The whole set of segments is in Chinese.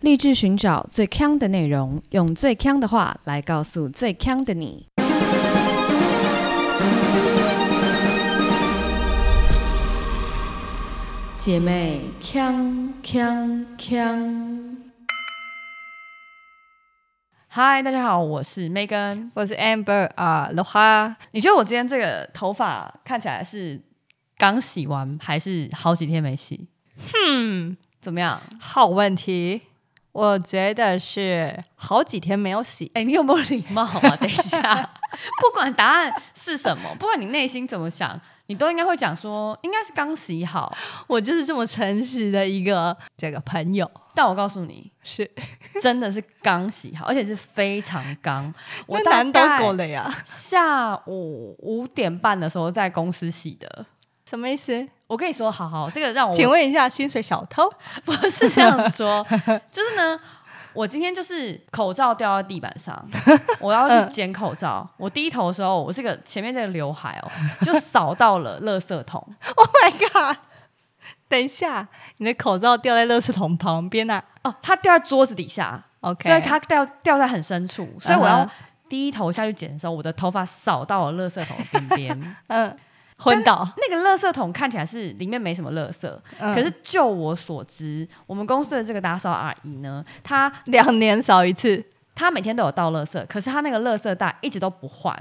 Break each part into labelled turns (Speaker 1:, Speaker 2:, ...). Speaker 1: 立志寻找最强的内容，用最强的话来告诉最强的你。姐妹，强强强！
Speaker 2: 嗨，大家好，我是 Megan。
Speaker 3: 我是 Amber 啊，罗哈，
Speaker 2: 你觉得我今天这个头发看起来是刚洗完，还是好几天没洗？
Speaker 3: 嗯，
Speaker 2: 怎么样？
Speaker 3: 好问题，我觉得是好几天没有洗，
Speaker 2: 哎、你有没有礼貌啊？ 等一下，不管答案是什么，不管你内心怎么想，你都应该会讲说，应该是刚洗好。
Speaker 3: 我就是这么诚实的一个这个朋友，
Speaker 2: 但我告诉你，
Speaker 3: 是
Speaker 2: 真的是刚洗好，而且是非常刚。我
Speaker 3: 那
Speaker 2: 大
Speaker 3: 难倒
Speaker 2: 概
Speaker 3: 狗了呀？
Speaker 2: 下午五点半的时候在公司洗的。
Speaker 3: 什么意思？
Speaker 2: 我跟你说，好好，这个让我
Speaker 3: 请问一下，薪水小 偷？
Speaker 2: 不是这样说， 就是呢，我今天就是口罩掉到地板 上，我要去捡口罩。我低头的时候，我这个前面这个刘海哦，就扫到了垃圾桶。
Speaker 3: Oh my god！等一下，你的口罩掉在垃圾桶旁边啊
Speaker 2: 哦，它掉在桌子底下，
Speaker 3: ？OK，
Speaker 2: 所以它掉掉在很深处，所以我
Speaker 3: 嗯
Speaker 2: 要
Speaker 3: 哼
Speaker 2: 低头下去捡的时候，我的头发扫到了垃圾桶的边 边。
Speaker 3: 嗯昏倒，
Speaker 2: 那个垃圾桶看起来是里面没什么垃圾，
Speaker 3: 嗯
Speaker 2: 可是就我所知，我们公司的这个打扫阿姨呢，她
Speaker 3: 两年扫一次，
Speaker 2: 她每天都有倒垃圾，可是她那个垃圾袋一直都不换。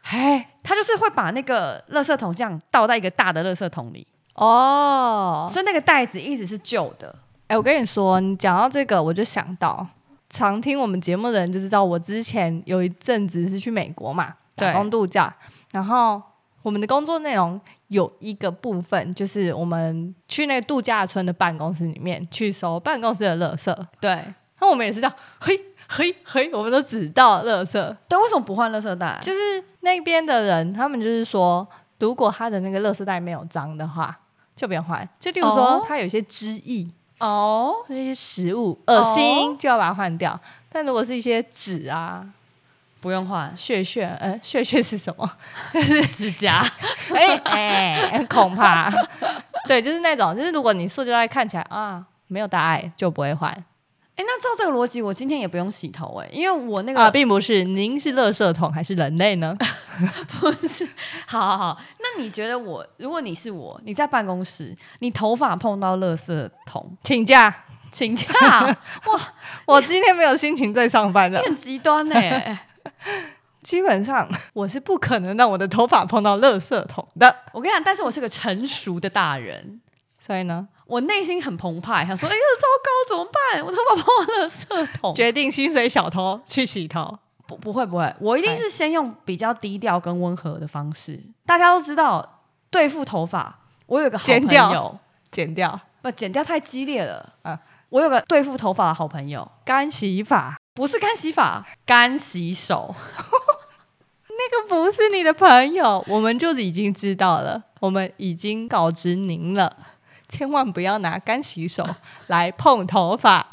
Speaker 3: 嘿
Speaker 2: 他就是会把那个垃圾桶这样倒在一个大的垃圾桶里，
Speaker 3: 哦，
Speaker 2: 所以那个袋子一直是旧的。
Speaker 3: 哎、我跟你说，你讲到这个，我就想到，常听我们节目的人就知道，我之前有一阵子是去美国嘛，
Speaker 2: 对
Speaker 3: 打工度假，然后我们的工作内容有一个部分就是我们去那个度假村的办公室里面去收办公室的垃圾，
Speaker 2: 对，
Speaker 3: 那我们也是这样，嘿嘿嘿，我们都只到垃圾，
Speaker 2: 但为什么不换垃圾袋？
Speaker 3: 就是那边的人，他们就是说，如果他的那个垃圾袋没有脏的话，就不要换。就例如说
Speaker 2: 哦，
Speaker 3: 他有一些汁液。
Speaker 2: 哦，
Speaker 3: 那些食物恶心就要把它换掉。但如果是一些纸啊、
Speaker 2: 不用 换
Speaker 3: 血血，呃，血血是什么？
Speaker 2: 指甲。
Speaker 3: 哎哎，恐怕 对，就是那种，就是如果你塑胶袋看起来啊没有大碍，就不会换
Speaker 2: 哎，那照这个逻辑，我今天也不用洗头哎，因为我那个、
Speaker 3: 啊，并不是。您是垃圾桶还是人类呢？
Speaker 2: 不是。 好好好，那你觉得我，如果你是我，你在办公室，你头发碰到垃圾桶，
Speaker 3: 请假，
Speaker 2: 请假，
Speaker 3: 我今天没有心情再上班了
Speaker 2: 你。很极端哎。
Speaker 3: 基本上我是不可能让我的头发碰到垃圾桶的，
Speaker 2: 我跟你讲，但是我是个成熟的大人，
Speaker 3: 所以呢，
Speaker 2: 我内心很澎湃，想说，哎呀，糟糕，怎么办？我头发碰到垃圾桶。
Speaker 3: 决定薪水小偷去洗头。
Speaker 2: 不，不会，不会，我一定是先用比较低调跟温和的方式。大家都知道，对付头发，我有一个好
Speaker 3: 剪
Speaker 2: 朋
Speaker 3: 掉
Speaker 2: 友，
Speaker 3: 剪掉
Speaker 2: 不剪掉太激烈了。
Speaker 3: 啊
Speaker 2: 我有个对付头发的好朋友，
Speaker 3: 干洗法，
Speaker 2: 不是干洗发，干洗手。
Speaker 3: 这个不是你的朋友，我们就已经知道了，我们已经告知您了，千万不要拿干洗手来碰头发，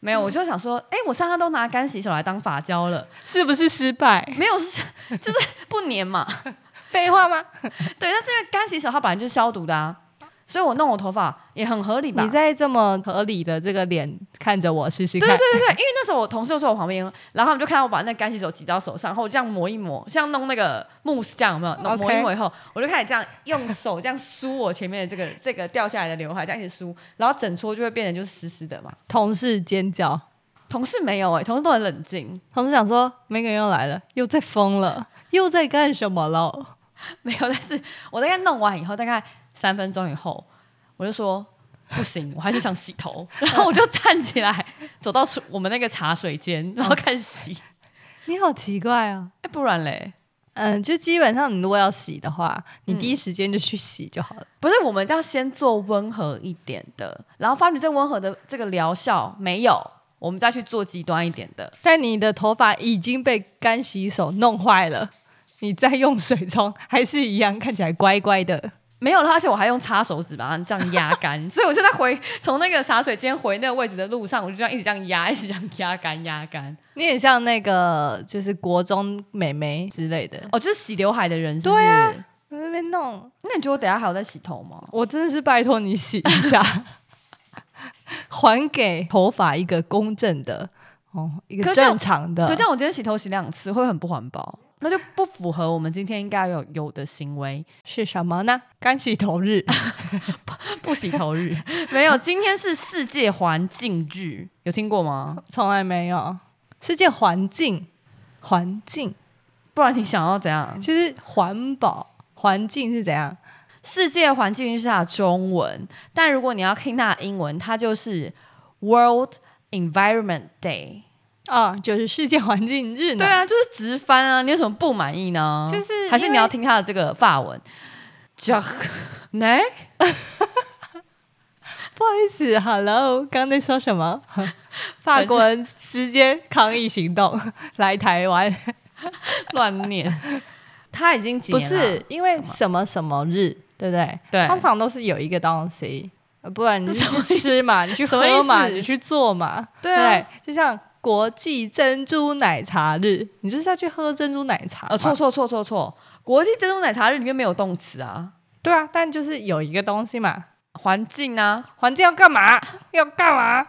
Speaker 2: 没有，我就想说，哎，我上次都拿干洗手来当发胶了，
Speaker 3: 是不是失败？
Speaker 2: 没有是 就是不粘嘛。
Speaker 3: 废话吗？
Speaker 2: 对，但是因为干洗手它本来就是消毒的啊，所以我弄我头发也很合理吧
Speaker 3: 你。在这么合理的这个脸看着我试试看，
Speaker 2: 对对，因为那时候我同事就坐我旁边，然后他们就看到我把那干洗手挤到手上，然后我这样磨一磨，像弄那个慕斯酱有没有？弄
Speaker 3: OK
Speaker 2: 磨一磨以后，我就开始这样用手这样梳我前面的这个这个掉下来的刘海，这样一直梳，然后整撮就会变得就是湿湿的嘛。
Speaker 3: 同事尖叫，
Speaker 2: 同事没有哎、同事都很冷静，
Speaker 3: 同事想说，梅根又来了，又在疯了，又在干什么了？
Speaker 2: 没有。但是我大概弄完以后，大概三分钟以后，我就说。不行，我还是想洗头，然后我就站起来，走到厨我们那个茶水间，然后开始洗。
Speaker 3: 你好奇怪啊！
Speaker 2: 哎、不然嘞，
Speaker 3: 嗯，就基本上你如果要洗的话，你第一时间就去洗就好了。
Speaker 2: 不是，我们要先做温和一点的，然后发觉这温和的这个疗效没有，我们再去做极端一点的。
Speaker 3: 但你的头发已经被干洗手弄坏了，你再用水冲还是一样看起来乖乖的。
Speaker 2: 没有了，而且我还用擦手指把它这样压干，所以我就在回从那个茶水间回那个位置的路上，我就这样一直这样压，一直这样压干压干。
Speaker 3: 你很像那个就是国中美眉之类的，
Speaker 2: 哦，就是洗刘海的人是不是？
Speaker 3: 对啊在那边弄，
Speaker 2: 那你觉得我等一下还有在洗头吗？
Speaker 3: 我真的是拜托你洗一下， 还给头发一个公正的哦，一
Speaker 2: 可
Speaker 3: 个
Speaker 2: 是这样
Speaker 3: 正常的。
Speaker 2: 可这样我今天洗头洗两次，会不会很不环保？那就不符合我们今天应该有有的行为。
Speaker 3: 是什么呢？干洗头日
Speaker 2: 不洗头 日没有，今天是世界环境日，有听过吗？
Speaker 3: 从来没有。世界环境，环境
Speaker 2: 不然你想要怎样？
Speaker 3: 就是环保，环境是怎样？
Speaker 2: 世界环境日是它的中文，但如果你要听它的英文，它就是 World Environment Day。
Speaker 3: 啊，就是世界环境日呢。
Speaker 2: 对，啊，就是直翻啊，你有什么不满意呢？
Speaker 3: 嗯就是因为
Speaker 2: 还是你要听它的这个法文 j a c n e
Speaker 3: 不好意思，Hello，刚刚在说什么？法国人直接抗议行 动来台湾，
Speaker 2: 乱念，它已经几
Speaker 3: 不
Speaker 2: 年了
Speaker 3: 是因为什么什么日，对不对？
Speaker 2: 对
Speaker 3: 通常都是有一个东西，呃不然你去吃 嘛，你去
Speaker 2: 什么意
Speaker 3: 喝嘛，
Speaker 2: 思
Speaker 3: 你去做嘛，
Speaker 2: 对啊
Speaker 3: 不对？就像国际珍珠奶茶日，你就是要去喝珍珠奶茶嘛。
Speaker 2: 呃，错错错错错，国际珍珠奶茶日里面没有动词啊，
Speaker 3: 对啊，但就是有一个东西嘛，
Speaker 2: 环境啊
Speaker 3: 环境要干嘛？要干嘛？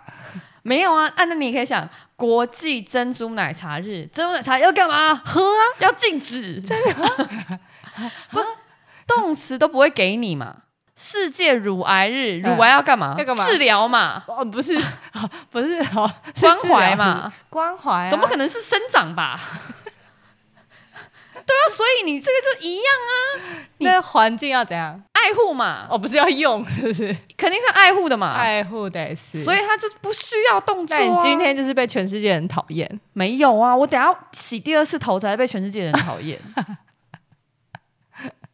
Speaker 2: 没有啊，按那你也可以想，国际珍珠奶茶日，珍珠奶茶要干嘛？
Speaker 3: 喝啊！
Speaker 2: 要禁止，真的不动词都不会给你嘛。世界乳癌日，
Speaker 3: 嗯
Speaker 2: 乳癌要干嘛？
Speaker 3: 要干嘛
Speaker 2: 治疗嘛，
Speaker 3: 哦，不是，不是， 哦，是
Speaker 2: 关
Speaker 3: 治疗
Speaker 2: 怀嘛，
Speaker 3: 关怀、啊，
Speaker 2: 怎么可能是生长吧？对啊，所以你这个就一样
Speaker 3: 那环境要怎样？
Speaker 2: 爱护嘛，
Speaker 3: 哦，不是要用，是不是？
Speaker 2: 肯定是爱护的嘛，
Speaker 3: 爱护得是。
Speaker 2: 所以，他就不需要动作、啊。
Speaker 3: 哎那你今天就是被全世界人讨厌。
Speaker 2: 没有啊，我等下洗第二次头才被全世界人讨 厌。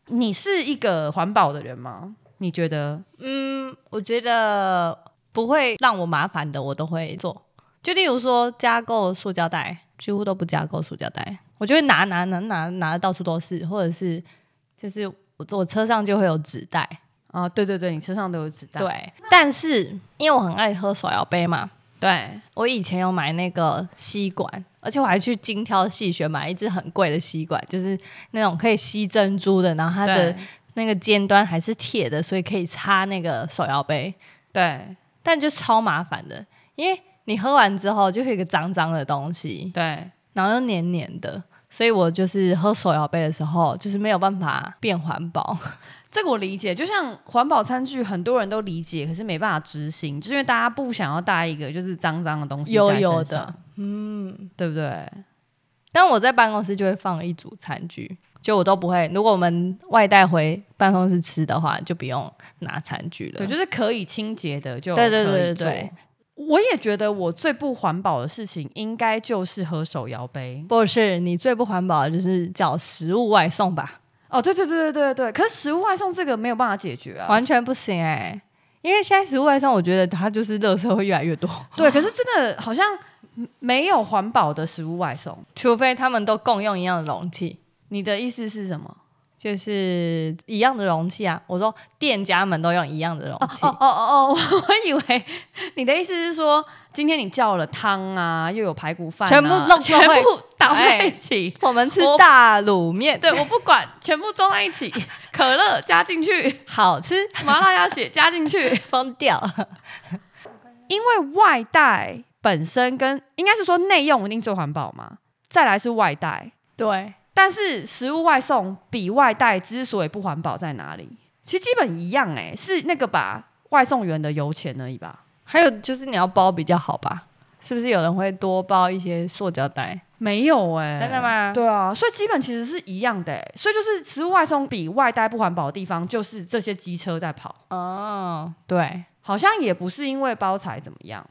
Speaker 2: 你是一个环保的人吗？你觉得？
Speaker 3: 嗯，我觉得不会让我麻烦的，我都会做。就例如说加购塑胶袋，几乎都不加购塑胶袋，我就会拿拿拿拿拿的到处都是，或者是就是我我车上就会有纸袋，
Speaker 2: 啊，对对对，你身上都有纸袋。
Speaker 3: 对。但是因为我很爱喝手摇杯嘛，
Speaker 2: 对，
Speaker 3: 我以前有买那个吸管，而且我还去精挑细选买一支很贵的吸管，就是那种可以吸珍珠的，然后它的
Speaker 2: 对
Speaker 3: 那个尖端还是铁的，所以可以插那个手摇杯，
Speaker 2: 对
Speaker 3: 但就超麻烦的，因为你喝完之后就会有一个脏脏的东西，
Speaker 2: 对，
Speaker 3: 然后又黏黏的，所以我就是喝手摇杯的时候，就是没有办法变环保。
Speaker 2: 这个我理解。就像环保餐具，很多人都理解，可是没办法执行，就是因为大家不想要带一个就是脏脏的东 西在
Speaker 3: 有
Speaker 2: 身上
Speaker 3: 有的，
Speaker 2: 对不对？
Speaker 3: 但我在办公室就会放一组餐具，就我都不会。如果我们外带回办公室吃的话，就不用拿餐具了。
Speaker 2: 对，就是可以清洁的就
Speaker 3: 对对对
Speaker 2: 可以
Speaker 3: 对
Speaker 2: 做
Speaker 3: 对。
Speaker 2: 我也觉得我最不环保的事情，应该就是喝手摇杯。
Speaker 3: 不是你最不环保的就是叫食物外送吧，
Speaker 2: 哦，对对对对对对，可是食物外送这个没有办法解决啊。
Speaker 3: 完全不行哎、因为现在食物外送，我觉得它就是垃圾会越来越多，
Speaker 2: 对，可是真的好像没有环保的食物外送。
Speaker 3: 除非他们都共用一样的容器，
Speaker 2: 你的意思是什么？
Speaker 3: 就是一样的容器啊。我说店家们都用一样的容器，
Speaker 2: 哦哦哦，我以为你的意思是说，今天你叫了汤啊，又有排骨饭啊、
Speaker 3: 全部弄哎
Speaker 2: 全
Speaker 3: 到
Speaker 2: 部打在一起。
Speaker 3: 哦我们吃
Speaker 2: 我
Speaker 3: 大卤面，
Speaker 2: 对，我不管，全部装在一起，可乐加进去，
Speaker 3: 好吃
Speaker 2: 麻辣鸭血加进去，
Speaker 3: 疯掉。
Speaker 2: 因为外带本身跟应该是说内用一定最环保嘛，再来是外带，
Speaker 3: 对，
Speaker 2: 但是食物外送比外带之所以不环保在哪里？其实基本一样哎、是那个吧，外送员的油钱而已吧？
Speaker 3: 还有就是你要包比较好吧？是不是有人会多包一些塑胶袋？
Speaker 2: 没有哎、
Speaker 3: 真的吗
Speaker 2: 对啊，所以基本其实是一样的、欸，所以就是食物外送比外带不环保的地方，就是这些机车在跑，
Speaker 3: 哦，对。哎、
Speaker 2: 好像也不是因为包材怎么样，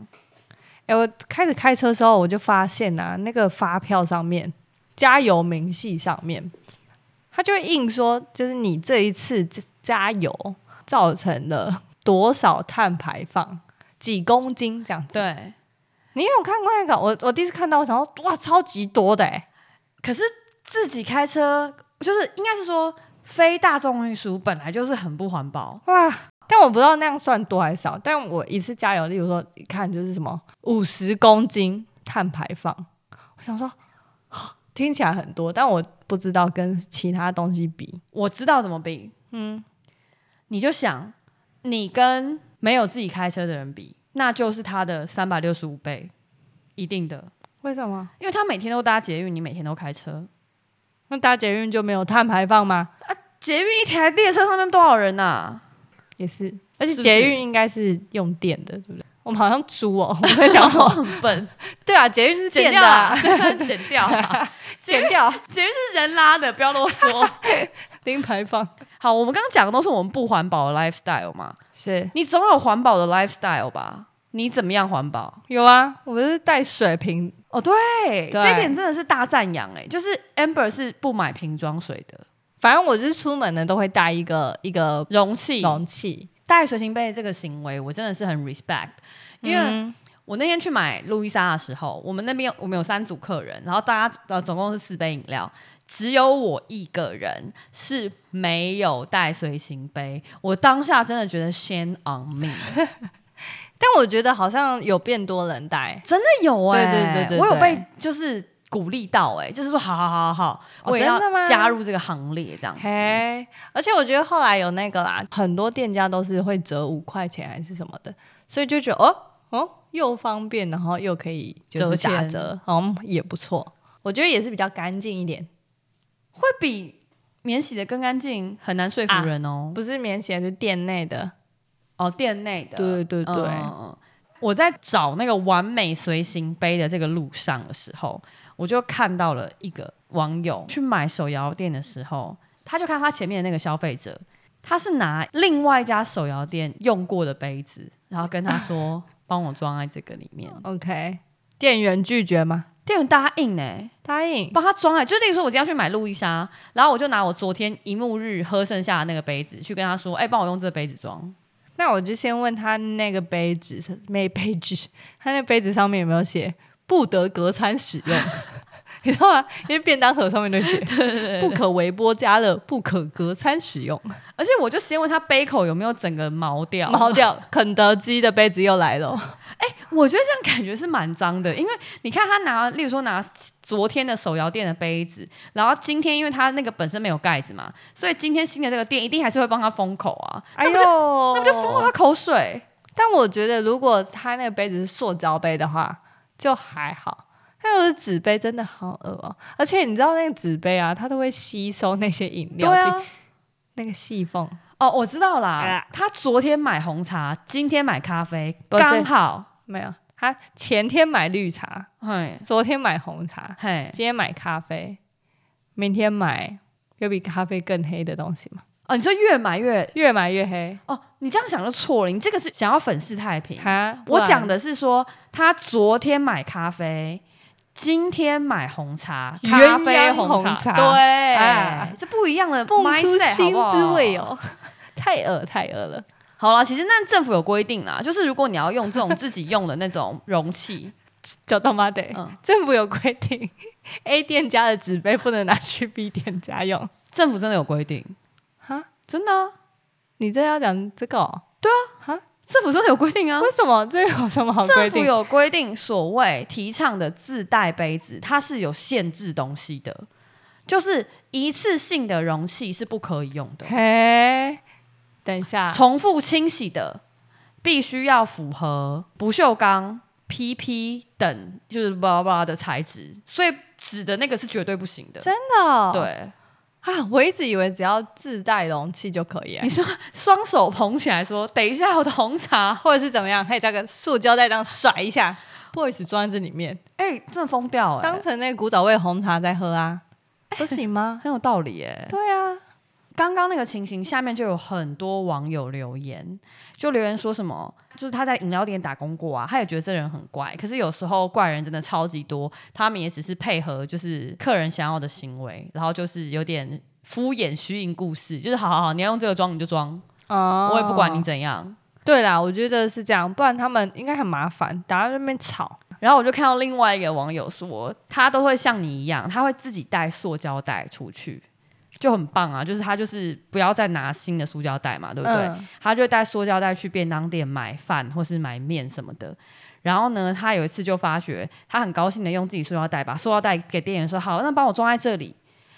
Speaker 3: 我开始开车的时候，我就发现啊，那个发票上面、加油明细上面，它就会印说，就是你这一次加油造成了多少碳排放，几公斤这样子。
Speaker 2: 对。
Speaker 3: 你有看过那个？我我第一次看到，我想说，哇，超级多的哎、
Speaker 2: 可是自己开车，就是应该是说非大众运输本来就是很不环保，
Speaker 3: 哇！但我不知道那样算多还是少，但我一次加油，例如说，一看就是什么五十公斤碳排放，我想说， 听起来很多，但我不知道跟其他东西比。
Speaker 2: 我知道怎么比。嗯，你就想，你跟没有自己开车的人比，那就是它的三百六十五倍，一定的，
Speaker 3: 为什么？
Speaker 2: 因为它每天都搭捷运，你每天都开车，
Speaker 3: 那搭捷运就没有碳排放吗？
Speaker 2: 捷运一台列车上面多少人啊呐、
Speaker 3: 也是，而且
Speaker 2: 是不是
Speaker 3: 捷运应该是用电的，对不对？我们好像猪哦， 我们在讲什么？
Speaker 2: 很笨，
Speaker 3: 对啊，捷运 是
Speaker 2: 剪
Speaker 3: 电
Speaker 2: 掉
Speaker 3: 的啊、
Speaker 2: 啦， 剪掉啦，剪掉，捷运是人拉的，不要啰嗦。
Speaker 3: 零排放
Speaker 2: 好，我们刚刚讲的都是我们不环保的 lifestyle 嘛，
Speaker 3: 是
Speaker 2: 你总有环保的 lifestyle 吧？你怎么样环保？
Speaker 3: 有啊，我是带水瓶，
Speaker 2: 哦，对，
Speaker 3: 对
Speaker 2: 这一点真的是大赞扬哎，就是 Amber 是不买瓶装水的
Speaker 3: 反正我是出门呢都会带一个一个
Speaker 2: 容器，
Speaker 3: 容器，
Speaker 2: 带随行杯这个行为，我真的是很 respect，因为。
Speaker 3: 嗯
Speaker 2: 我那天去买路易莎的时候，我们那边我们有三组客人，然后大家呃总共是四杯饮料，只有我一个人是没有带随行杯。我当下真的觉得 shame on me，
Speaker 3: 但我觉得好像有变多人带，
Speaker 2: 真的有哎、
Speaker 3: 对对对对对
Speaker 2: 我有被就是鼓励到哎、就是说好好好好好，
Speaker 3: 哦
Speaker 2: 我也要
Speaker 3: 真的吗
Speaker 2: 加入这个行列这样子。
Speaker 3: 嘿，而且我觉得后来有那个啦，很多店家都是会折五块钱还是什么的，所以就觉得哦哦又方便，然后又可以就是
Speaker 2: 折
Speaker 3: 打
Speaker 2: 钱
Speaker 3: 折，好像也不错。我觉得也是比较干净一点，
Speaker 2: 会比免洗的更干净，很难说
Speaker 3: 啊
Speaker 2: 服人哦。
Speaker 3: 不是免洗的，就是店内的。
Speaker 2: 哦，店内的，
Speaker 3: 啊对对对
Speaker 2: 嗯我在找那个完美随行杯的这个路上的时候，我就看到了一个网友去买手摇店的时候，他就看他前面的那个消费者，他是拿另外一家手摇店用过的杯子，然后跟他 说：“帮我装在这个里面。
Speaker 3: OK，店员拒绝吗？”
Speaker 2: 店员答应呢、
Speaker 3: 答应。
Speaker 2: 帮他装哎、就例如说，我今天要去买路易莎，然后我就拿我昨天一幕日喝剩下的那个杯子去跟他说：“哎、帮我用这个杯子装。
Speaker 3: 那我就先问他那个杯子是没杯子，他那杯子上面有没有写不得隔餐使用？ 你知道吗？因为便当盒上面都写不可微波加热，不可隔餐使用。”
Speaker 2: 而且我就先问他杯口有没有整个毛掉，
Speaker 3: 毛掉，肯德基的杯子又来了。
Speaker 2: 我觉得这样感觉是蛮脏的，因为你看他拿，例如说拿昨天的手摇店的杯子，然后今天因为他那个本身没有盖子嘛，所以今天新的这个店一定还是会帮他封口啊，
Speaker 3: 哎呦，那
Speaker 2: 那不就封他口水？
Speaker 3: 但我觉得，如果他那个杯子是塑胶杯的话，就还好。但如果是纸杯，真的好恶哦、而且你知道那个纸杯啊，它都会吸收那些饮
Speaker 2: 对
Speaker 3: 料进、
Speaker 2: 啊，
Speaker 3: 那个细缝。
Speaker 2: 哦，我知道啦
Speaker 3: 啊，
Speaker 2: 他昨天买红茶，今天买咖啡，
Speaker 3: 不是
Speaker 2: 刚好，
Speaker 3: 没有，他前天买绿茶，
Speaker 2: 嘿，
Speaker 3: 昨天买红茶，
Speaker 2: 嘿，
Speaker 3: 今天买咖啡，明天买有比咖啡更黑的东西吗？
Speaker 2: 哦，你说越买越，
Speaker 3: 越买越黑。
Speaker 2: 哦，你这样想就错了，你这个是想要粉饰太平，
Speaker 3: 哈，
Speaker 2: 我讲
Speaker 3: 的
Speaker 2: 的是说，他昨天买咖啡，今天买红茶，
Speaker 3: 鸳
Speaker 2: 咖
Speaker 3: 鸯
Speaker 2: 啡
Speaker 3: 红茶
Speaker 2: 对，
Speaker 3: 哎
Speaker 2: 这不一样的
Speaker 3: 蹦出
Speaker 2: mindset，
Speaker 3: 新
Speaker 2: 好不
Speaker 3: 滋
Speaker 2: 好
Speaker 3: 味哦、太恶太恶了。
Speaker 2: 好了，其实那政府有规定啦，就是如果你要用这种自己用的那种容器，
Speaker 3: 叫他妈的，
Speaker 2: 嗯
Speaker 3: 政府有规定 ，A 店家的纸杯不能拿去 B 店家用。
Speaker 2: 政府真的有规定，
Speaker 3: 哈，
Speaker 2: 真的啊、
Speaker 3: 你这要讲这个、哦？
Speaker 2: 政府真的有规定啊。
Speaker 3: 为什么这有什么好规
Speaker 2: 政府
Speaker 3: 定？
Speaker 2: 有规定，所谓提倡的自带杯子，它是有限制东西的，就是一次性的容器是不可以用的。
Speaker 3: 嘿，等一下，
Speaker 2: 重复清洗的必须要符合不锈钢、PP 等就是巴拉巴拉的材质，所以纸的那个是绝对不行的。
Speaker 3: 真的哦、
Speaker 2: 对，
Speaker 3: 啊，我一直以为只要自带容器就可以、啊
Speaker 2: 你说双手捧起来说：“等一下，我的红茶。
Speaker 3: 或者是怎么样，可以加个塑胶袋这样甩一下，boys 装在这里面，
Speaker 2: 哎，真的疯掉哎、
Speaker 3: 当成那个古早味红茶在喝啊， 不行吗？
Speaker 2: 很有道理哎、
Speaker 3: 对啊，
Speaker 2: 刚刚那个情形下面就有很多网友留言，就留言说什么，就是他在饮料店打工过啊，他也觉得这人很怪，可是有时候怪人真的超级多，他们也只是配合就是客人想要的行为，然后就是有点敷衍虚应故事，就是好好好，你要用这个装你就装，
Speaker 3: 哦
Speaker 2: 我也不管你怎样。
Speaker 3: 对啦，我觉得是这样，不然他们应该很麻烦，打在那边吵。
Speaker 2: 然后我就看到另外一个网友说，他都会像你一样，他会自己带塑胶袋出去，就很棒啊！就是他就是不要再拿新的塑胶袋嘛，对不对？
Speaker 3: 嗯
Speaker 2: 他就会带塑胶袋去便当店买饭或是买面什么的。然后呢，他有一次就发觉，他很高兴的用自己塑料袋把塑料袋给店员说：“好，那帮我装在这里。”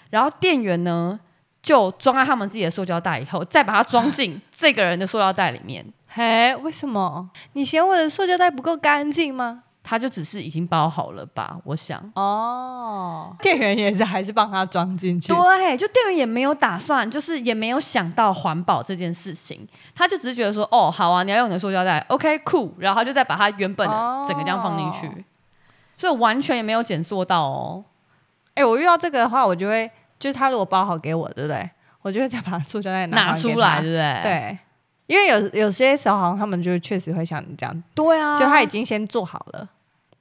Speaker 2: 然后店员呢就装在他们自己的塑胶袋以后，再把它装进这个人的塑胶袋里面，
Speaker 3: 嘿，为什么？你嫌我的塑胶袋不够干净吗？
Speaker 2: 他就只是已经包好了吧？我想。
Speaker 3: 哦，店员也是还是帮他装进去。
Speaker 2: 对，就店员也没有打算，就是也没有想到环保这件事情，他就只是觉得说，哦，好啊，你要用你的塑胶袋，OK，酷，然后他就再把它原本的整个这样放进去，
Speaker 3: 哦
Speaker 2: 所以完全也没有减塑到哦。
Speaker 3: 哎、我遇到这个的话，我就会就是他如果包好给我，对不对？我就会再把塑胶袋
Speaker 2: 拿
Speaker 3: 还给
Speaker 2: 出来，
Speaker 3: 他
Speaker 2: 对。不对？
Speaker 3: 对，因为有有些时候好像他们就确实会像你这样，
Speaker 2: 对啊，
Speaker 3: 就他已经先做好了。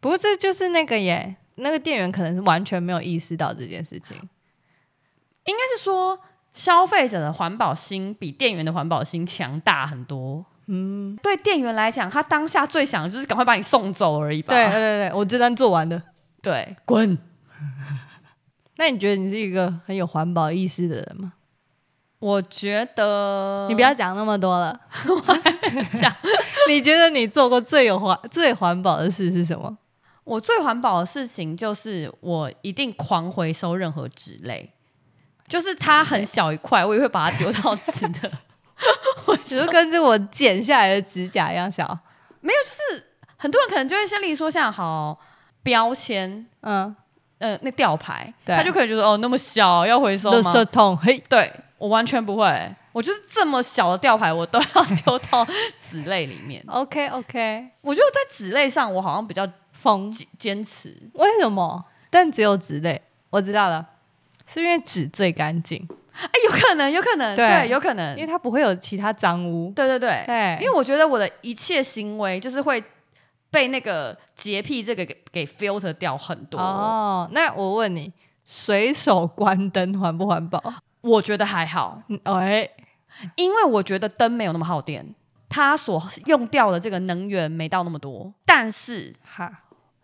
Speaker 3: 不过这就是那个耶，那个店员可能是完全没有意识到这件事情。
Speaker 2: 应该是说消费者的环保心比店员的环保心强大很多。嗯，对店员来讲，他当下最想的就是赶快把你送走而已吧。
Speaker 3: 对对对对，我这单做完了。
Speaker 2: 对，滚！
Speaker 3: 那你觉得你是一个很有环保意识的人吗？
Speaker 2: 我觉得。
Speaker 3: 你不要讲那么多了
Speaker 2: 讲，
Speaker 3: 你觉得你做过最有环、最环保的事是什么？
Speaker 2: 我最环保的事情就是我一定狂回收任何纸类，就是它很小一块，我也会把它丢到纸的。 我
Speaker 3: 只是跟着我剪下来的指甲一样小。
Speaker 2: 很多人可能就会先例如说像好标签，
Speaker 3: 嗯，
Speaker 2: 呃，那吊牌，
Speaker 3: 对
Speaker 2: 他就可以觉得哦那么小要回收
Speaker 3: 垃
Speaker 2: 吗？
Speaker 3: 圾桶，嘿，
Speaker 2: 对我完全不会，我就是这么小的吊牌我都要 丢到纸类里 面。
Speaker 3: OK OK，
Speaker 2: 我觉得在纸类上我好像比较
Speaker 3: 风
Speaker 2: 坚坚持，
Speaker 3: 为什么？但只有纸类，我知道了，是因为纸最干净，
Speaker 2: 哎，有可能，有可能，
Speaker 3: 对
Speaker 2: 对，有可能
Speaker 3: 因，为它不会有其他脏污。
Speaker 2: 对对对。
Speaker 3: 对，
Speaker 2: 因为我觉得我的一切行为就是会被那个洁癖这个给给 filter 掉很多。
Speaker 3: 哦，那我问你，随手关灯环不环保？
Speaker 2: 我觉得还好，
Speaker 3: 嗯哎，
Speaker 2: 因为我觉得灯没有那么耗电，它所用掉的这个能源没到那么多，但是。
Speaker 3: 哈，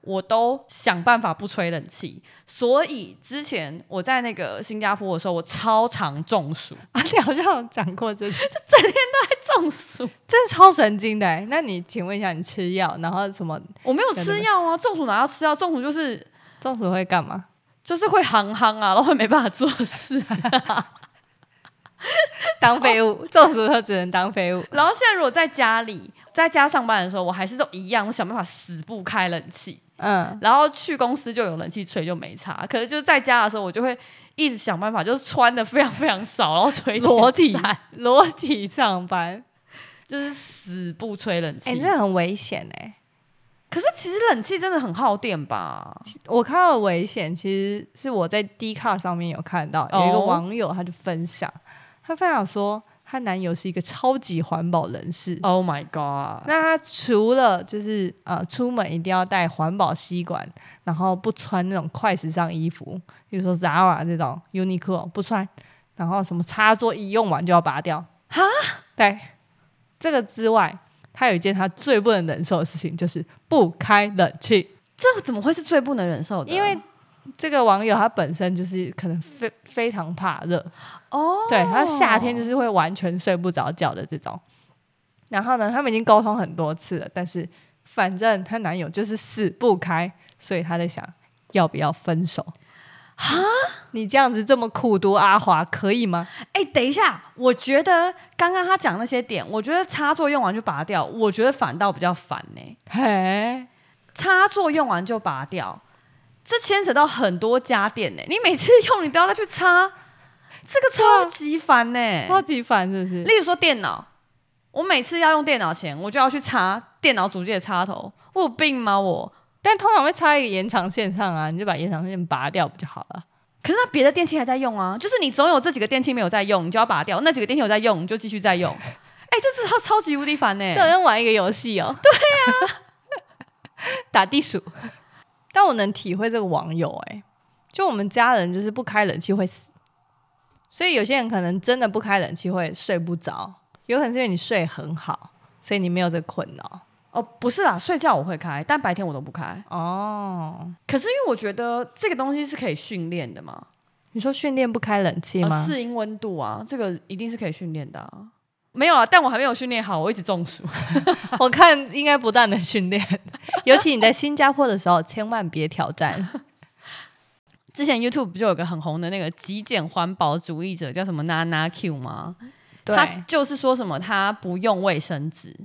Speaker 2: 我都想办法不吹冷气，所以之前我在那个新加坡的时候，我超常中暑，
Speaker 3: 啊，你好像有讲过这些，
Speaker 2: 还中暑，
Speaker 3: 真的超神经的欸。那你请问一下，你吃药，然后什么
Speaker 2: 我没有吃药啊，中暑哪要吃药？中暑就是
Speaker 3: 中暑会干嘛？
Speaker 2: 就是会行行啊，然后会没办法做事，
Speaker 3: 当废 物，中暑就只能当废物。
Speaker 2: 然后现在如果在家里，在家上班的时候，我还是都一样想办法死不开冷气，
Speaker 3: 嗯，
Speaker 2: 然后去公司就有冷气吹就没差。可是就是在家的时候，我就会一直想办法，就是穿的非常非常少，然后吹
Speaker 3: 裸体
Speaker 2: 电扇
Speaker 3: 裸体上班，
Speaker 2: 就是死不吹冷气。
Speaker 3: 哎，这很危险哎。
Speaker 2: 可是其实冷气真的很耗电吧？
Speaker 3: 我看到的危险，其实是我在 d c a r 上面有看到，有一个
Speaker 2: 哦
Speaker 3: 网友他就分享，他分享说她男友是一个超级环保人士。
Speaker 2: Oh my god！
Speaker 3: 那他除了就是呃出门一定要带环保吸管，然后不穿那种快时尚衣服，比如说 Zara 这种 Uniqlo 不穿，然后什么插座一用完就要拔掉。
Speaker 2: 哈，
Speaker 3: 对，这个之外，他有一件他最不能忍受的事情就是不开冷气。
Speaker 2: 这怎么会是最不能忍受的？
Speaker 3: 因为这个网友他本身就是可能非非常怕热
Speaker 2: 哦，
Speaker 3: 对他夏天就是会完全睡不着觉的这种。然后呢，他们已经沟通很多次了，但是反正她男友就是死不开，所以她在想要不要分手。你这样子这么苦读阿华可以吗？
Speaker 2: 哎、等一下，我觉得刚刚他讲那些点，我觉得插座用完就拔掉，我觉得反倒比较烦欸呢、
Speaker 3: 嘿，
Speaker 2: 插座用完就拔掉，这牵扯到很多家电呢、你每次用你都要再去插，这个超级烦呢、
Speaker 3: 超级烦是不是？
Speaker 2: 例如说电脑，我每次要用电脑前，我就要去插电脑主机的插头，我有病吗我？
Speaker 3: 但通常会插一个延长线上啊，你就把延长线拔掉不就好了？
Speaker 2: 可是那别的电器还在用啊，就是你总有这几个电器没有在用，你就要拔掉；那几个电器有在用，你就继续在用。哎、这是超超级无敌烦呢、
Speaker 3: 这好像玩一个游戏哦。哎对呀、 打地鼠。但我能体会这个网友哎、就我们家人就是不开冷气会死，所以有些人可能真的不开冷气会睡不着，有可能是因为你睡很好，所以你没有这个困扰
Speaker 2: 哦，不是啦，睡觉我会开，但白天我都不开。
Speaker 3: 哦。
Speaker 2: 可是因为我觉得这个东西是可以训练的嘛，
Speaker 3: 你说训练不开冷气
Speaker 2: 呃
Speaker 3: 吗？
Speaker 2: 适应温度啊，这个一定是可以训练的、啊。没有啊，但我还没有训练好，我一直中暑。
Speaker 3: 我看应该不大 能训练，尤其你在新加坡的时候，千万别挑战。
Speaker 2: 之前 YouTube 不就有个很红的那个极简环保主义者叫什么娜娜 Q 吗？
Speaker 3: 对，哎
Speaker 2: 他就是说什么他不用卫生纸。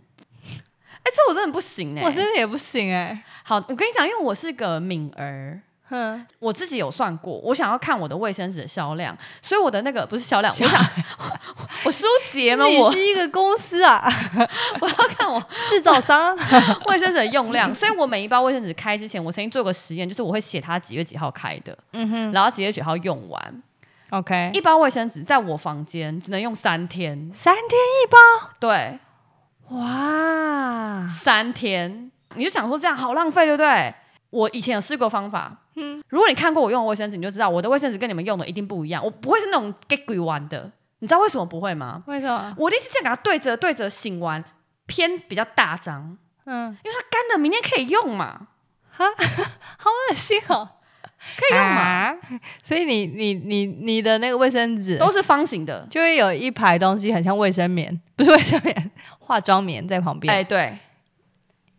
Speaker 2: 哎、这我真的不行哎、
Speaker 3: 我真的也不行哎、
Speaker 2: 好，我跟你讲，因为我是个敏儿，
Speaker 3: 哼，
Speaker 2: 我自己有算过，我想要看我的卫生纸的销量，所以我的那个不是销量，我想 我我书节嘛，
Speaker 3: 你
Speaker 2: 我
Speaker 3: 是一个公司啊，
Speaker 2: 我要看我
Speaker 3: 制造商，
Speaker 2: 卫生纸的用量，所以我每一包卫生纸开之前，我曾经做过实验，就是我会写它几月几号开的，
Speaker 3: 嗯哼
Speaker 2: 然后几月几号用完。
Speaker 3: ，OK，
Speaker 2: 一包卫生纸在我房间只能用三天，
Speaker 3: 三天，
Speaker 2: 对，
Speaker 3: 哇，
Speaker 2: 三天，你就想说这样好浪费，对不对？我以前有试过方法，
Speaker 3: 嗯
Speaker 2: 如果你看过我用的卫生纸，你就知道我的卫生纸跟你们用的一定不一样，我不会是那种给鬼玩的，你知道为什么不会吗？
Speaker 3: 为什么？
Speaker 2: 我一定是这样给它对折对折醒完，偏比较大张，
Speaker 3: 嗯，
Speaker 2: 因为它干了，明天可以用嘛，
Speaker 3: 恶心哦，
Speaker 2: 可以用嘛，
Speaker 3: 啊 所以你你你你的那个卫生纸
Speaker 2: 都是方形的。
Speaker 3: 就会有一排东西，很像卫生棉， 不是卫生棉，化妆棉在旁边。
Speaker 2: 哎、对，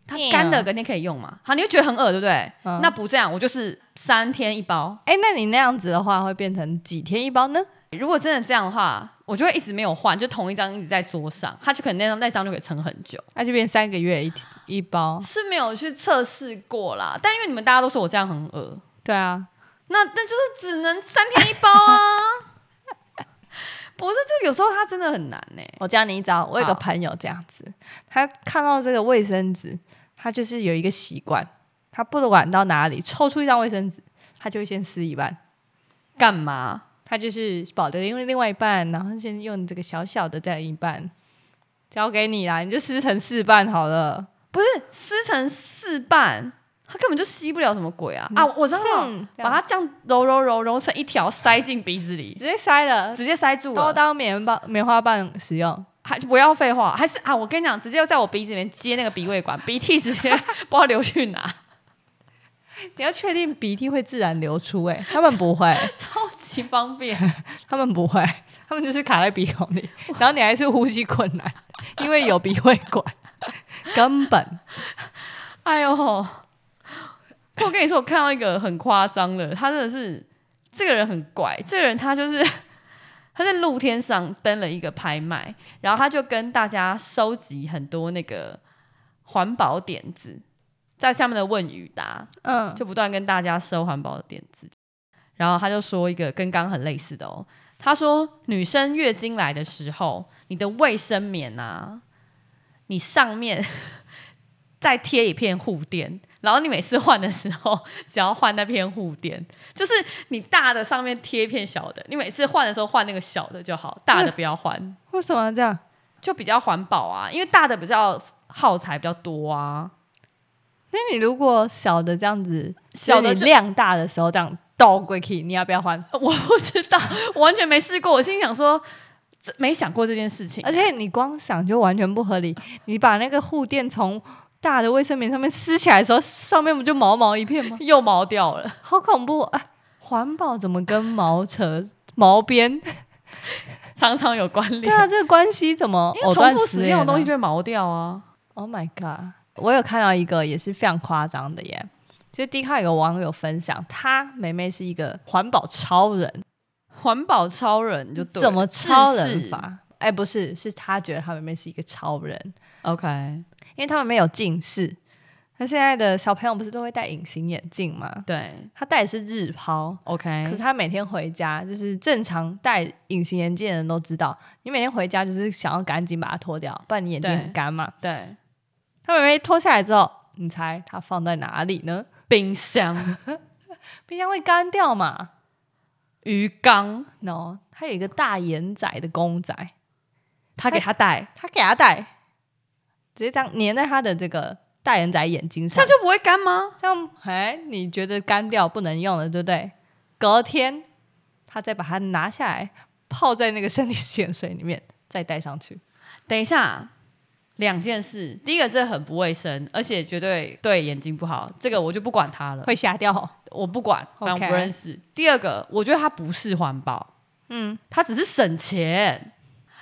Speaker 2: 它
Speaker 3: Yeah
Speaker 2: 干了隔天可以用嘛？好，你会觉得很恶，对不对？
Speaker 3: 嗯
Speaker 2: 那不这样，我就是三天一包。
Speaker 3: 哎、那你那样子的话，会变成几天一包呢？
Speaker 2: 如果真的这样的话，我就会一直没有换，就同一张一直在桌上，它就可能那张那张就可以撑很久。
Speaker 3: 那就变三个月一一包。
Speaker 2: 是没有去测试过啦，但因为你们大家都说我这样很恶，
Speaker 3: 对啊，
Speaker 2: 那那就是只能三天一包啊。不是，就有时候它真的很难欸呢、
Speaker 3: 我教你一招。我有个
Speaker 2: 好
Speaker 3: 朋友这样子，他看到这个卫生纸，他就是有一个习惯，他不管到哪里抽出一张卫生纸，他就会先撕一半，
Speaker 2: 干嘛？
Speaker 3: 他就是保留因为另外一半，然后先用这个小小的再一半。交给你啦，你就撕成四瓣好了。
Speaker 2: 不是撕成四瓣，它根本就吸不了什么鬼啊！啊，我知道了，
Speaker 3: 嗯，
Speaker 2: 把它这样揉揉揉揉成一条，塞进鼻子里
Speaker 3: 直，接塞了，
Speaker 2: 直接塞住
Speaker 3: 都
Speaker 2: 了。
Speaker 3: 当棉棒、棉花棒使用。
Speaker 2: 还不要废话，还是啊，我跟你讲，直接在我鼻子里面接那个鼻胃管，鼻涕直接 不知道流去哪，
Speaker 3: 你要确定鼻涕会自然流出、欸，他们不 会，
Speaker 2: 超级方便。
Speaker 3: 他们不会，他们就是卡在鼻孔里，然后你还是呼吸困难，因为有鼻胃 管，根本
Speaker 2: 哎呦，我跟你说，我看到一个很夸张的，他真的是这个人很怪，这个人他就是 他在露天上登了一个拍卖，然后他就跟大家收集很多那个环保点子，在下面的问与答，
Speaker 3: 嗯，
Speaker 2: 就不断跟大家收环保的点子。然后他就说一个跟刚刚很类似的哦，他说女生月经来的时候，你的卫生棉啊，你上面 再贴一片护垫，然后你每次换的时候，只要换那片护垫，就是你大的上面贴一片小的，你每次换的时候换那个小的就好，大的不要换，
Speaker 3: 为什么要这样？
Speaker 2: 就比较环保啊，因为大的比较耗材比较多啊，
Speaker 3: 那你如果小的这样子，
Speaker 2: 小
Speaker 3: 就
Speaker 2: 的
Speaker 3: 是
Speaker 2: 就
Speaker 3: 你量大的时候这样倒过去，你要不要换？
Speaker 2: 我不知道，我完全没试过。我心里想说，这没想过这件事情。
Speaker 3: 而且你光想就完全不合理，你把那个护垫从大的卫生棉上面撕起来的时候，上面不就毛毛一片吗？
Speaker 2: 又毛掉了，
Speaker 3: 好恐怖！哎，环保怎么跟毛扯毛边？
Speaker 2: 常常有关
Speaker 3: 对
Speaker 2: 联。
Speaker 3: 啊，这个关系怎么
Speaker 2: 因为重复使用的东西就会毛掉啊。
Speaker 3: 啊？Oh my god！我有看到一个也是非常夸张的耶，就是 D 卡有网友分享，她妹妹是一个环保超人，
Speaker 2: 环保超人就对了
Speaker 3: 怎么超
Speaker 2: 自
Speaker 3: 人
Speaker 2: 视
Speaker 3: 法？哎，不是，是她觉得她妹妹是一个超人，
Speaker 2: ？OK，
Speaker 3: 因为她妹妹有近视。那现在的小朋友不是都会戴隐形眼镜吗？
Speaker 2: 对
Speaker 3: 她戴的是日抛，可是
Speaker 2: ，OK，
Speaker 3: 他每天回家，就是正常戴隐形眼镜的人都知道，你每天回家就是想要赶紧把它脱掉，不然你眼睛
Speaker 2: 对
Speaker 3: 很干嘛。
Speaker 2: 对，
Speaker 3: 他妹妹脱下来之后，你猜她放在哪里呢？
Speaker 2: 冰箱、
Speaker 3: 冰箱会干掉嘛
Speaker 2: 鱼缸，
Speaker 3: ？no，她有一个大眼仔的公仔，
Speaker 2: 他给他带，
Speaker 3: 她给她戴，直接这样粘在她的这个大眼仔眼睛
Speaker 2: 这
Speaker 3: 上
Speaker 2: 样，就不会干吗？
Speaker 3: 这样哎，你觉得干掉不能用了，对不对？隔天她再把它拿下来，泡在那个生理盐水里面，再戴上去。
Speaker 2: 等一下。两件事，第一个这很不卫生，而且绝对对眼睛不好，这个我就不管它了。
Speaker 3: 会瞎掉。
Speaker 2: 我不管，反正
Speaker 3: OK
Speaker 2: 我不认识。第二个，我觉得它不是环保，嗯，它只是省钱。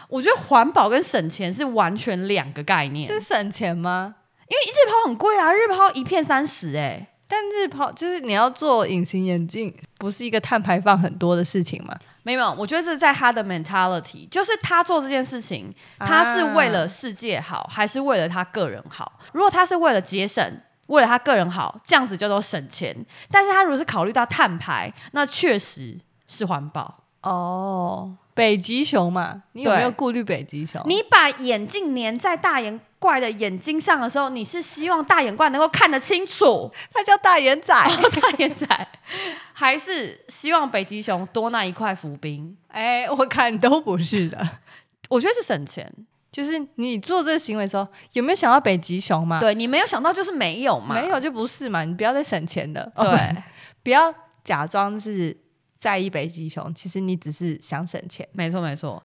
Speaker 2: 我觉得环保跟省钱是完全两个概念，因
Speaker 3: 是省钱吗？
Speaker 2: 为日抛很贵啊，日抛一片三十哎，
Speaker 3: 但日抛就是你要做隐形眼镜，不是一个碳排放很多的事情嘛？
Speaker 2: 没有，我觉得这是在他的 mentality，就是他做这件事情，他是为了世界好，还是为了他个人好？如果他是为了节省，为了他个人好，这样子叫做省钱。但是他如果是考虑到碳排，那确实是环保。
Speaker 3: 哦，北极熊嘛，你有没有
Speaker 2: 对
Speaker 3: 顾虑北极熊？
Speaker 2: 你把眼镜粘在大眼怪的眼睛上的时候，你是希望大眼怪能够看得清楚，
Speaker 3: 它叫大眼仔，
Speaker 2: 大眼仔，还是希望北极熊多那一块浮冰？
Speaker 3: 哎、我看都不是的。
Speaker 2: 我觉得是省钱。
Speaker 3: 就是你做这个行为的时候，有没有想到北极熊嘛？，
Speaker 2: 对你没有想到就是没有嘛？
Speaker 3: 啊没有就不是嘛，你不要再省钱了。
Speaker 2: 对。
Speaker 3: 不要假装是在意北极熊，其实你只是想省钱
Speaker 2: 没错，没错。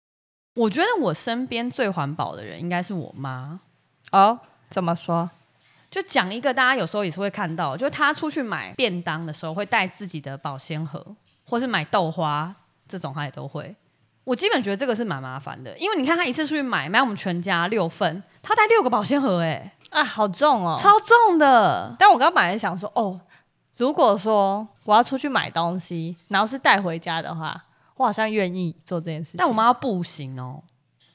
Speaker 2: 我觉得我身边最环保的人应该是我妈。
Speaker 3: 哦。怎么说？
Speaker 2: 就讲一个，大家有时候也是会看到，就她出去买便当的时候会带自己的保鲜盒，或是买豆花这种，她也都会。我基本觉得这个是蛮麻烦的，因为你看她一次出去买，买我们全家六份，她带六个保鲜盒、欸，
Speaker 3: 啊，好重哦
Speaker 2: 哎，超重的。
Speaker 3: 但我刚本来想说，哦，如果说我要出去买东西，然后是带回家的话，我好像愿意做这件事情。
Speaker 2: 但我妈要步行哦，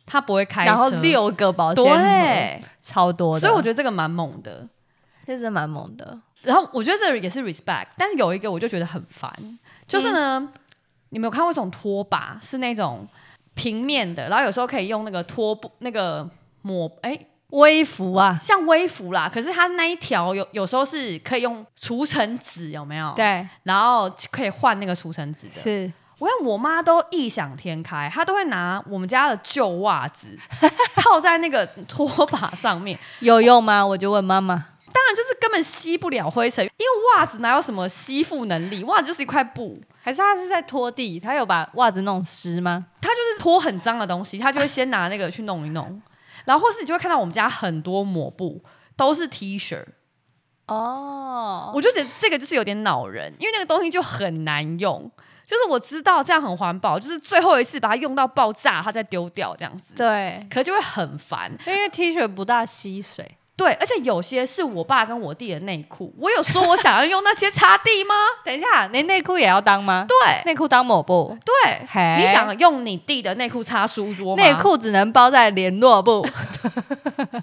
Speaker 2: 她不会开车，
Speaker 3: 然后六个保鲜盒，
Speaker 2: 对，
Speaker 3: 超多的，
Speaker 2: 所以我觉得
Speaker 3: 得
Speaker 2: 这个蛮猛的。
Speaker 3: 这是蛮猛的。
Speaker 2: 然后我觉得这也是 respect，但是有一个我就觉得很烦，就是呢，
Speaker 3: 嗯
Speaker 2: 你们有看过一种拖把，是那种平面的，然后有时候可以用那个拖布那个抹，哎，
Speaker 3: 微服啊，
Speaker 2: 像微幅啦，可是它那一条有有时候是可以用除尘纸，有没有？，
Speaker 3: 对，
Speaker 2: 然后可以换那个除尘纸的。
Speaker 3: 是
Speaker 2: 我看我妈都异想天开，她都会拿我们家的旧袜子 套在那个拖把上面，
Speaker 3: 有用吗？我就问妈妈。
Speaker 2: 当然就是根本吸不了灰尘，因为袜子哪有什么吸附能力？袜子就是一块布，
Speaker 3: 还是他是在拖地，他有把袜子弄湿吗？
Speaker 2: 他就是拖很脏的东西，他就会先拿那个去弄一弄，然后或是你就会看到我们家很多抹布都是 T 恤，
Speaker 3: 哦，
Speaker 2: 我就觉得这个就是有点恼人，因为那个东西就很难用。就是我知道这样很环保，就是最后一次把它用到爆炸，它再丢掉这样子，
Speaker 3: 对，
Speaker 2: 可就会很烦。
Speaker 3: 因为 T 恤不大吸水，
Speaker 2: 对，而且有些是我爸跟我弟的内裤，我有说我想要用那些擦地吗？
Speaker 3: 等一下，你内裤也要当吗？
Speaker 2: 对
Speaker 3: 内裤当抹布，
Speaker 2: 对，
Speaker 3: 嘿
Speaker 2: 你想用你弟的内裤擦书桌吗？
Speaker 3: 哎内裤只能包在联络 布，
Speaker 2: 是不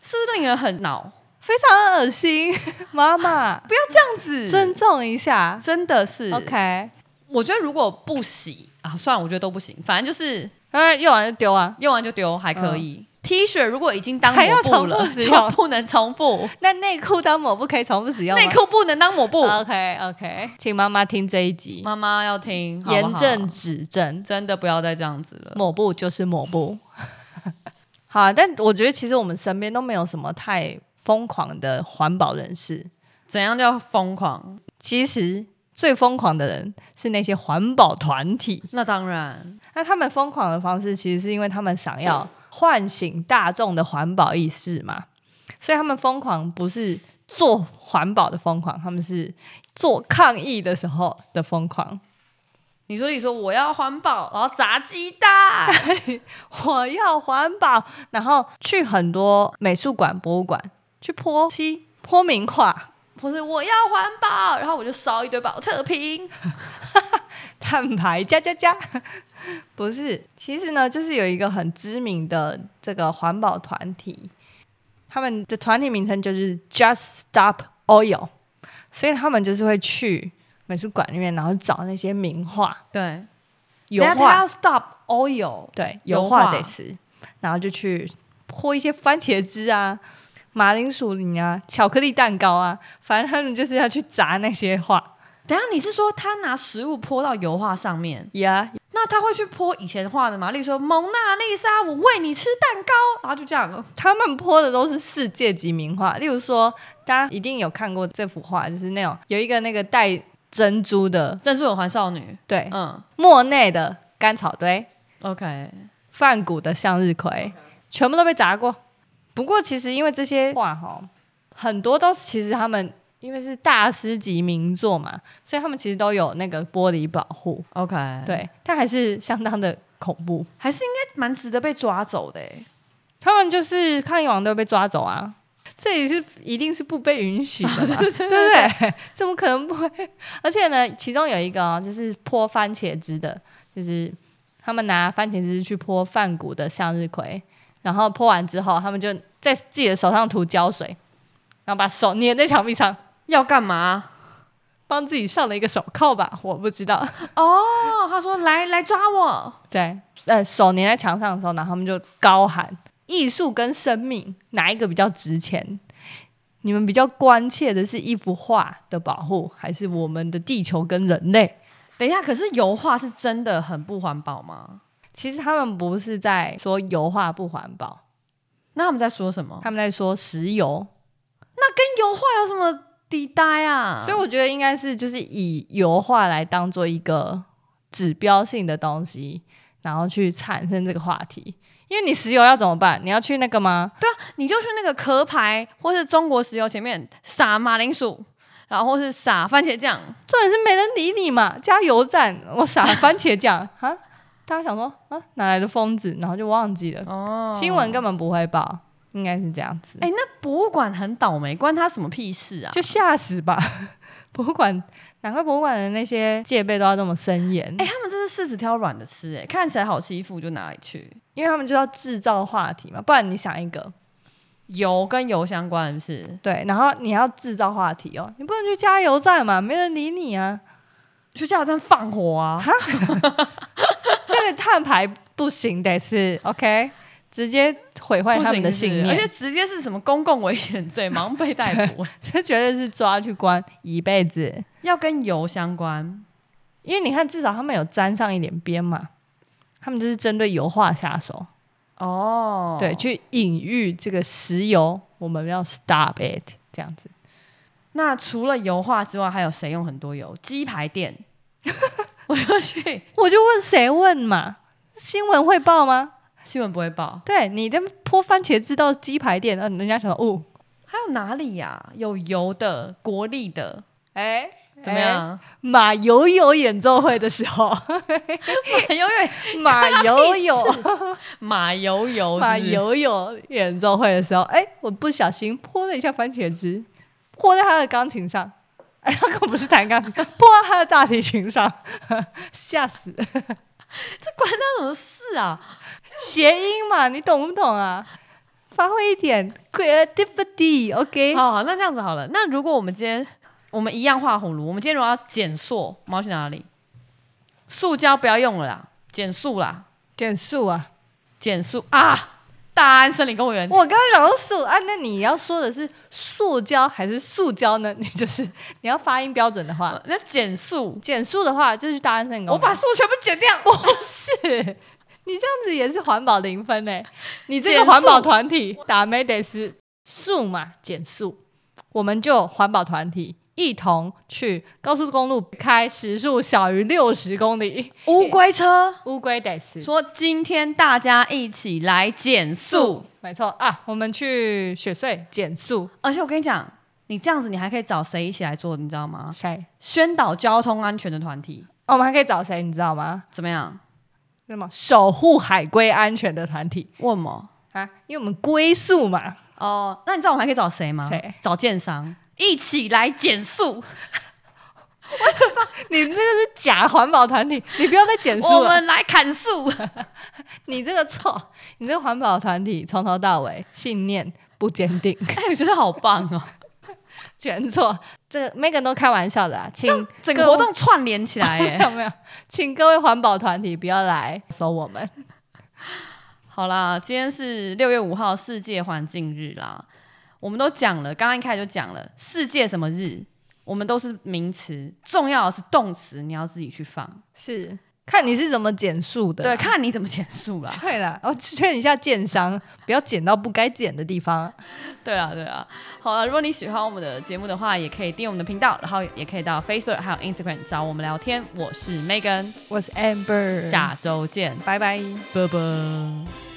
Speaker 2: 是令人很恼？
Speaker 3: 非常恶心。妈 妈，
Speaker 2: 不要这样子，
Speaker 3: 尊重一下。
Speaker 2: 真的是
Speaker 3: OK，
Speaker 2: 我觉得如果不洗啊，算了，我觉得都不行，反正就是
Speaker 3: 那用完就丢啊。
Speaker 2: 用完就丢，还可以。T 恤如果已经当
Speaker 3: 嗯还要
Speaker 2: 抹布
Speaker 3: 重
Speaker 2: 了，
Speaker 3: 复使用
Speaker 2: 就不能重 复，
Speaker 3: 那内裤当抹布可以重复使用吗
Speaker 2: 内裤不能当抹布。
Speaker 3: OK OK，请妈妈听这一集，
Speaker 2: 妈妈要听，好不好
Speaker 3: 严正指正，
Speaker 2: 真的不要再这样子了。
Speaker 3: 抹布就是抹布。 好、啊，但我觉得其实我们身边都没有什么太疯狂的环保人士。
Speaker 2: 怎样叫疯狂？
Speaker 3: 其实最疯狂的人是那些环保团体，
Speaker 2: 那当然，
Speaker 3: 那他们疯狂的方式，其实是因为他们想要唤醒大众的环保意识嘛，所以他们疯狂不是做环保的疯狂，他们是做抗议的时候的疯狂。
Speaker 2: 你说你说我要环保，然后砸鸡 蛋，
Speaker 3: 我要环保，然后去很多美术馆、博物馆去泼漆、泼名画、
Speaker 2: 不是我要环保，然后我就烧一堆保特瓶。
Speaker 3: 碳排加加 加。不是，其实呢，就是有一个很知名的这个环保团体，他们的团体名称就是 Just Stop Oil，所以他们就是会去美术馆里面，然后找那些名画、
Speaker 2: 对，
Speaker 3: 油
Speaker 2: 等一下他
Speaker 3: 画
Speaker 2: 要，stop oil，
Speaker 3: 对，
Speaker 2: 油
Speaker 3: 油画
Speaker 2: 画
Speaker 3: 得是，然后就去泼一些番茄汁啊、马铃薯泥啊、巧克力蛋糕啊，反正他们就是要去砸那些画。
Speaker 2: 等一下你是说他拿食物泼到油画上面？
Speaker 3: 呀、
Speaker 2: 那他会去泼以前画的吗？例如说蒙娜丽莎，我喂你吃蛋糕，然后就这样。
Speaker 3: 他们泼的都是世界级名画，例如说，大家一定有看过这幅画，就是那种有一个那个带珍珠的，
Speaker 2: 珍珠耳环少女，
Speaker 3: 对，
Speaker 2: 嗯
Speaker 3: 莫内的甘草堆，
Speaker 2: ，OK，
Speaker 3: 梵谷的向日葵，全部都被砸过。不过其实因为这些画哈，很多都其实他们因为是大师级名作嘛，所以他们其实都有那个玻璃保护，
Speaker 2: OK，，
Speaker 3: 对，但还是相当的恐怖。
Speaker 2: 还是应该蛮值得被抓走的欸。
Speaker 3: 他们就是抗议王都被抓走啊，这也是一定是不被允许的嘛， 对不对？怎么可能不会？而且呢，其中有一个啊、就是泼番茄汁的，就是他们拿番茄汁去泼饭谷的向日葵，然后泼完之后，他们就在自己的手上涂胶水，然后把手粘在墙壁上，
Speaker 2: 要干嘛？
Speaker 3: 帮自己上了一个手铐吧，我不知道。
Speaker 2: 哦，他说来来抓我，
Speaker 3: 对，呃，手粘在墙上的时候，然后他们就高喊：“艺术跟生命哪一个比较值钱？”你们比较关切的是一幅画的保护，还是我们的地球跟人类？
Speaker 2: 等一下，可是油画是真的很不环保吗？
Speaker 3: 其实他们不是在说油画不环保，
Speaker 2: 那他们在说什么？
Speaker 3: 他们在说石油。
Speaker 2: 跟油画有什么抵呆啊？
Speaker 3: 所以我觉得应该是就是以油画来当做一个指标性的东西，然后去产生这个话题。因为你石油要怎么办？你要去那个吗？
Speaker 2: 你就去那个壳牌或是中国石油前面撒马铃薯，然后或是撒番茄酱，
Speaker 3: 重点是没人理你嘛，加油站我撒了番茄 酱啊，大家想说啊哪来的疯子，然后就忘记了，新闻根本不会报，应该是这样子，
Speaker 2: 哎、那博物馆很倒霉，关他什么屁事啊？
Speaker 3: 就吓死吧。 博物馆，难怪博物馆的那些戒备都要这么森严，
Speaker 2: 哎、他们这是柿子挑软的吃、哎，看起来好欺负就拿来去。
Speaker 3: 因为他们就要制造话题嘛，不然你想一个，
Speaker 2: 油跟油相关是不是？
Speaker 3: 对，然后你要制造话题哦，你不能去加油站嘛，没人理你 啊，
Speaker 2: 去加油站放火啊！
Speaker 3: 这个碳排不行得是 OK，直接毁坏
Speaker 2: 不
Speaker 3: 他们
Speaker 2: 行
Speaker 3: 的
Speaker 2: 是不
Speaker 3: 信
Speaker 2: 是
Speaker 3: 念，
Speaker 2: 而且直接是什么公共危险罪，忙被逮捕，
Speaker 3: 这绝对是抓去关一辈子。
Speaker 2: 要跟油相关。
Speaker 3: 因为你看，至少他们有沾上一点边嘛，他们就是针对油画下手，
Speaker 2: 哦，
Speaker 3: 对，去隐喻这个石油，我们要 stop it 这样子。
Speaker 2: 那除了油画之外，还有谁用很多油？鸡排店， 我就去
Speaker 3: 我就问谁问嘛，新闻会报吗？
Speaker 2: 新闻不会报。
Speaker 3: 对你在泼番茄汁到鸡排店，呃，人家想说哦，
Speaker 2: 还有哪里呀、有油的，国力的，
Speaker 3: 哎、
Speaker 2: 怎么？样？
Speaker 3: 马友友演奏会的时候，
Speaker 2: 马油油，
Speaker 3: 马 友
Speaker 2: 马油
Speaker 3: 友，
Speaker 2: 油，
Speaker 3: 马
Speaker 2: 是不是，
Speaker 3: 友友演奏会的时候，哎、我不小心泼了一下番茄汁，泼在他的钢琴上，哎、他可不是弹钢琴， 泼到他的大提琴上， 吓死！
Speaker 2: 这关他什么事啊？
Speaker 3: 谐音嘛，你懂不懂啊？发挥一点 creativity，OK？、
Speaker 2: 好好，那这样子好了。那如果我们今天我们一样画葫芦，我们今天如果要减塑，我们要去哪里？塑胶不要用了啦，减塑啦，
Speaker 3: 减速啊！
Speaker 2: 减塑啊！大安森林公园，
Speaker 3: 我刚刚讲到塑啊，那你要说的是塑胶还是塑胶呢？你就是你要发音标准的话，
Speaker 2: 那减塑，
Speaker 3: 减速的话就是大安森林公
Speaker 2: 我
Speaker 3: 园
Speaker 2: 把塑全部减 掉。
Speaker 3: 是，你这样子也是环保零分哎、你这
Speaker 2: 减
Speaker 3: 个
Speaker 2: 速
Speaker 3: 环保团体打没得斯速嘛，减速，我们就环保团体一同去高速公路开时速小于六十公里，
Speaker 2: 乌龟车
Speaker 3: 乌龟得斯
Speaker 2: 说：“今天大家一起来减速，，
Speaker 3: 没错啊，我们去雪穗减速，
Speaker 2: 而且我跟你讲，你这样子你还可以找谁一起来做，你知道吗？
Speaker 3: 谁？
Speaker 2: 宣导交通安全的团体
Speaker 3: 哦，我们还可以找谁？你知道吗？
Speaker 2: 怎么样？
Speaker 3: 那么守护海龟安全的团体
Speaker 2: 问我
Speaker 3: 啊，因为我们龟速嘛，
Speaker 2: 哦，那你知道我们还可以找谁吗？
Speaker 3: 谁？
Speaker 2: 找建商一起来减速，
Speaker 3: 你们这个是假环保团体，你不要再减速了。啊
Speaker 2: 我们来砍 哎树。
Speaker 3: 你这个错，你这个环保团体从头到尾信念不坚定，
Speaker 2: 哎，我觉得好棒哦，
Speaker 3: 全错。这个 Megan 都开玩笑的啦，请
Speaker 2: 整个活动串联起来
Speaker 3: 没
Speaker 2: 耶。
Speaker 3: 有没有，请各位环保团体不要来收我们。
Speaker 2: 好啦，今天是六月五号世界环境日啦，我们都讲了，刚刚一开始就讲了世界什么日，我们都是名词，重要的是动词，你要自己去放。
Speaker 3: 是，看你是怎么减速的。
Speaker 2: 对，看你怎么减速啦。
Speaker 3: 对啦，我劝一下建商，不要捡到不该捡的地方。
Speaker 2: 对啊，对啊。好了，如果你喜欢我们的节目的话，也可以订阅我们的频道，然后也可以到 Facebook 还有 Instagram 找我们聊天。我是 Megan，
Speaker 3: 我是 Amber，
Speaker 2: 下周见，
Speaker 3: 拜拜。
Speaker 2: 拜拜。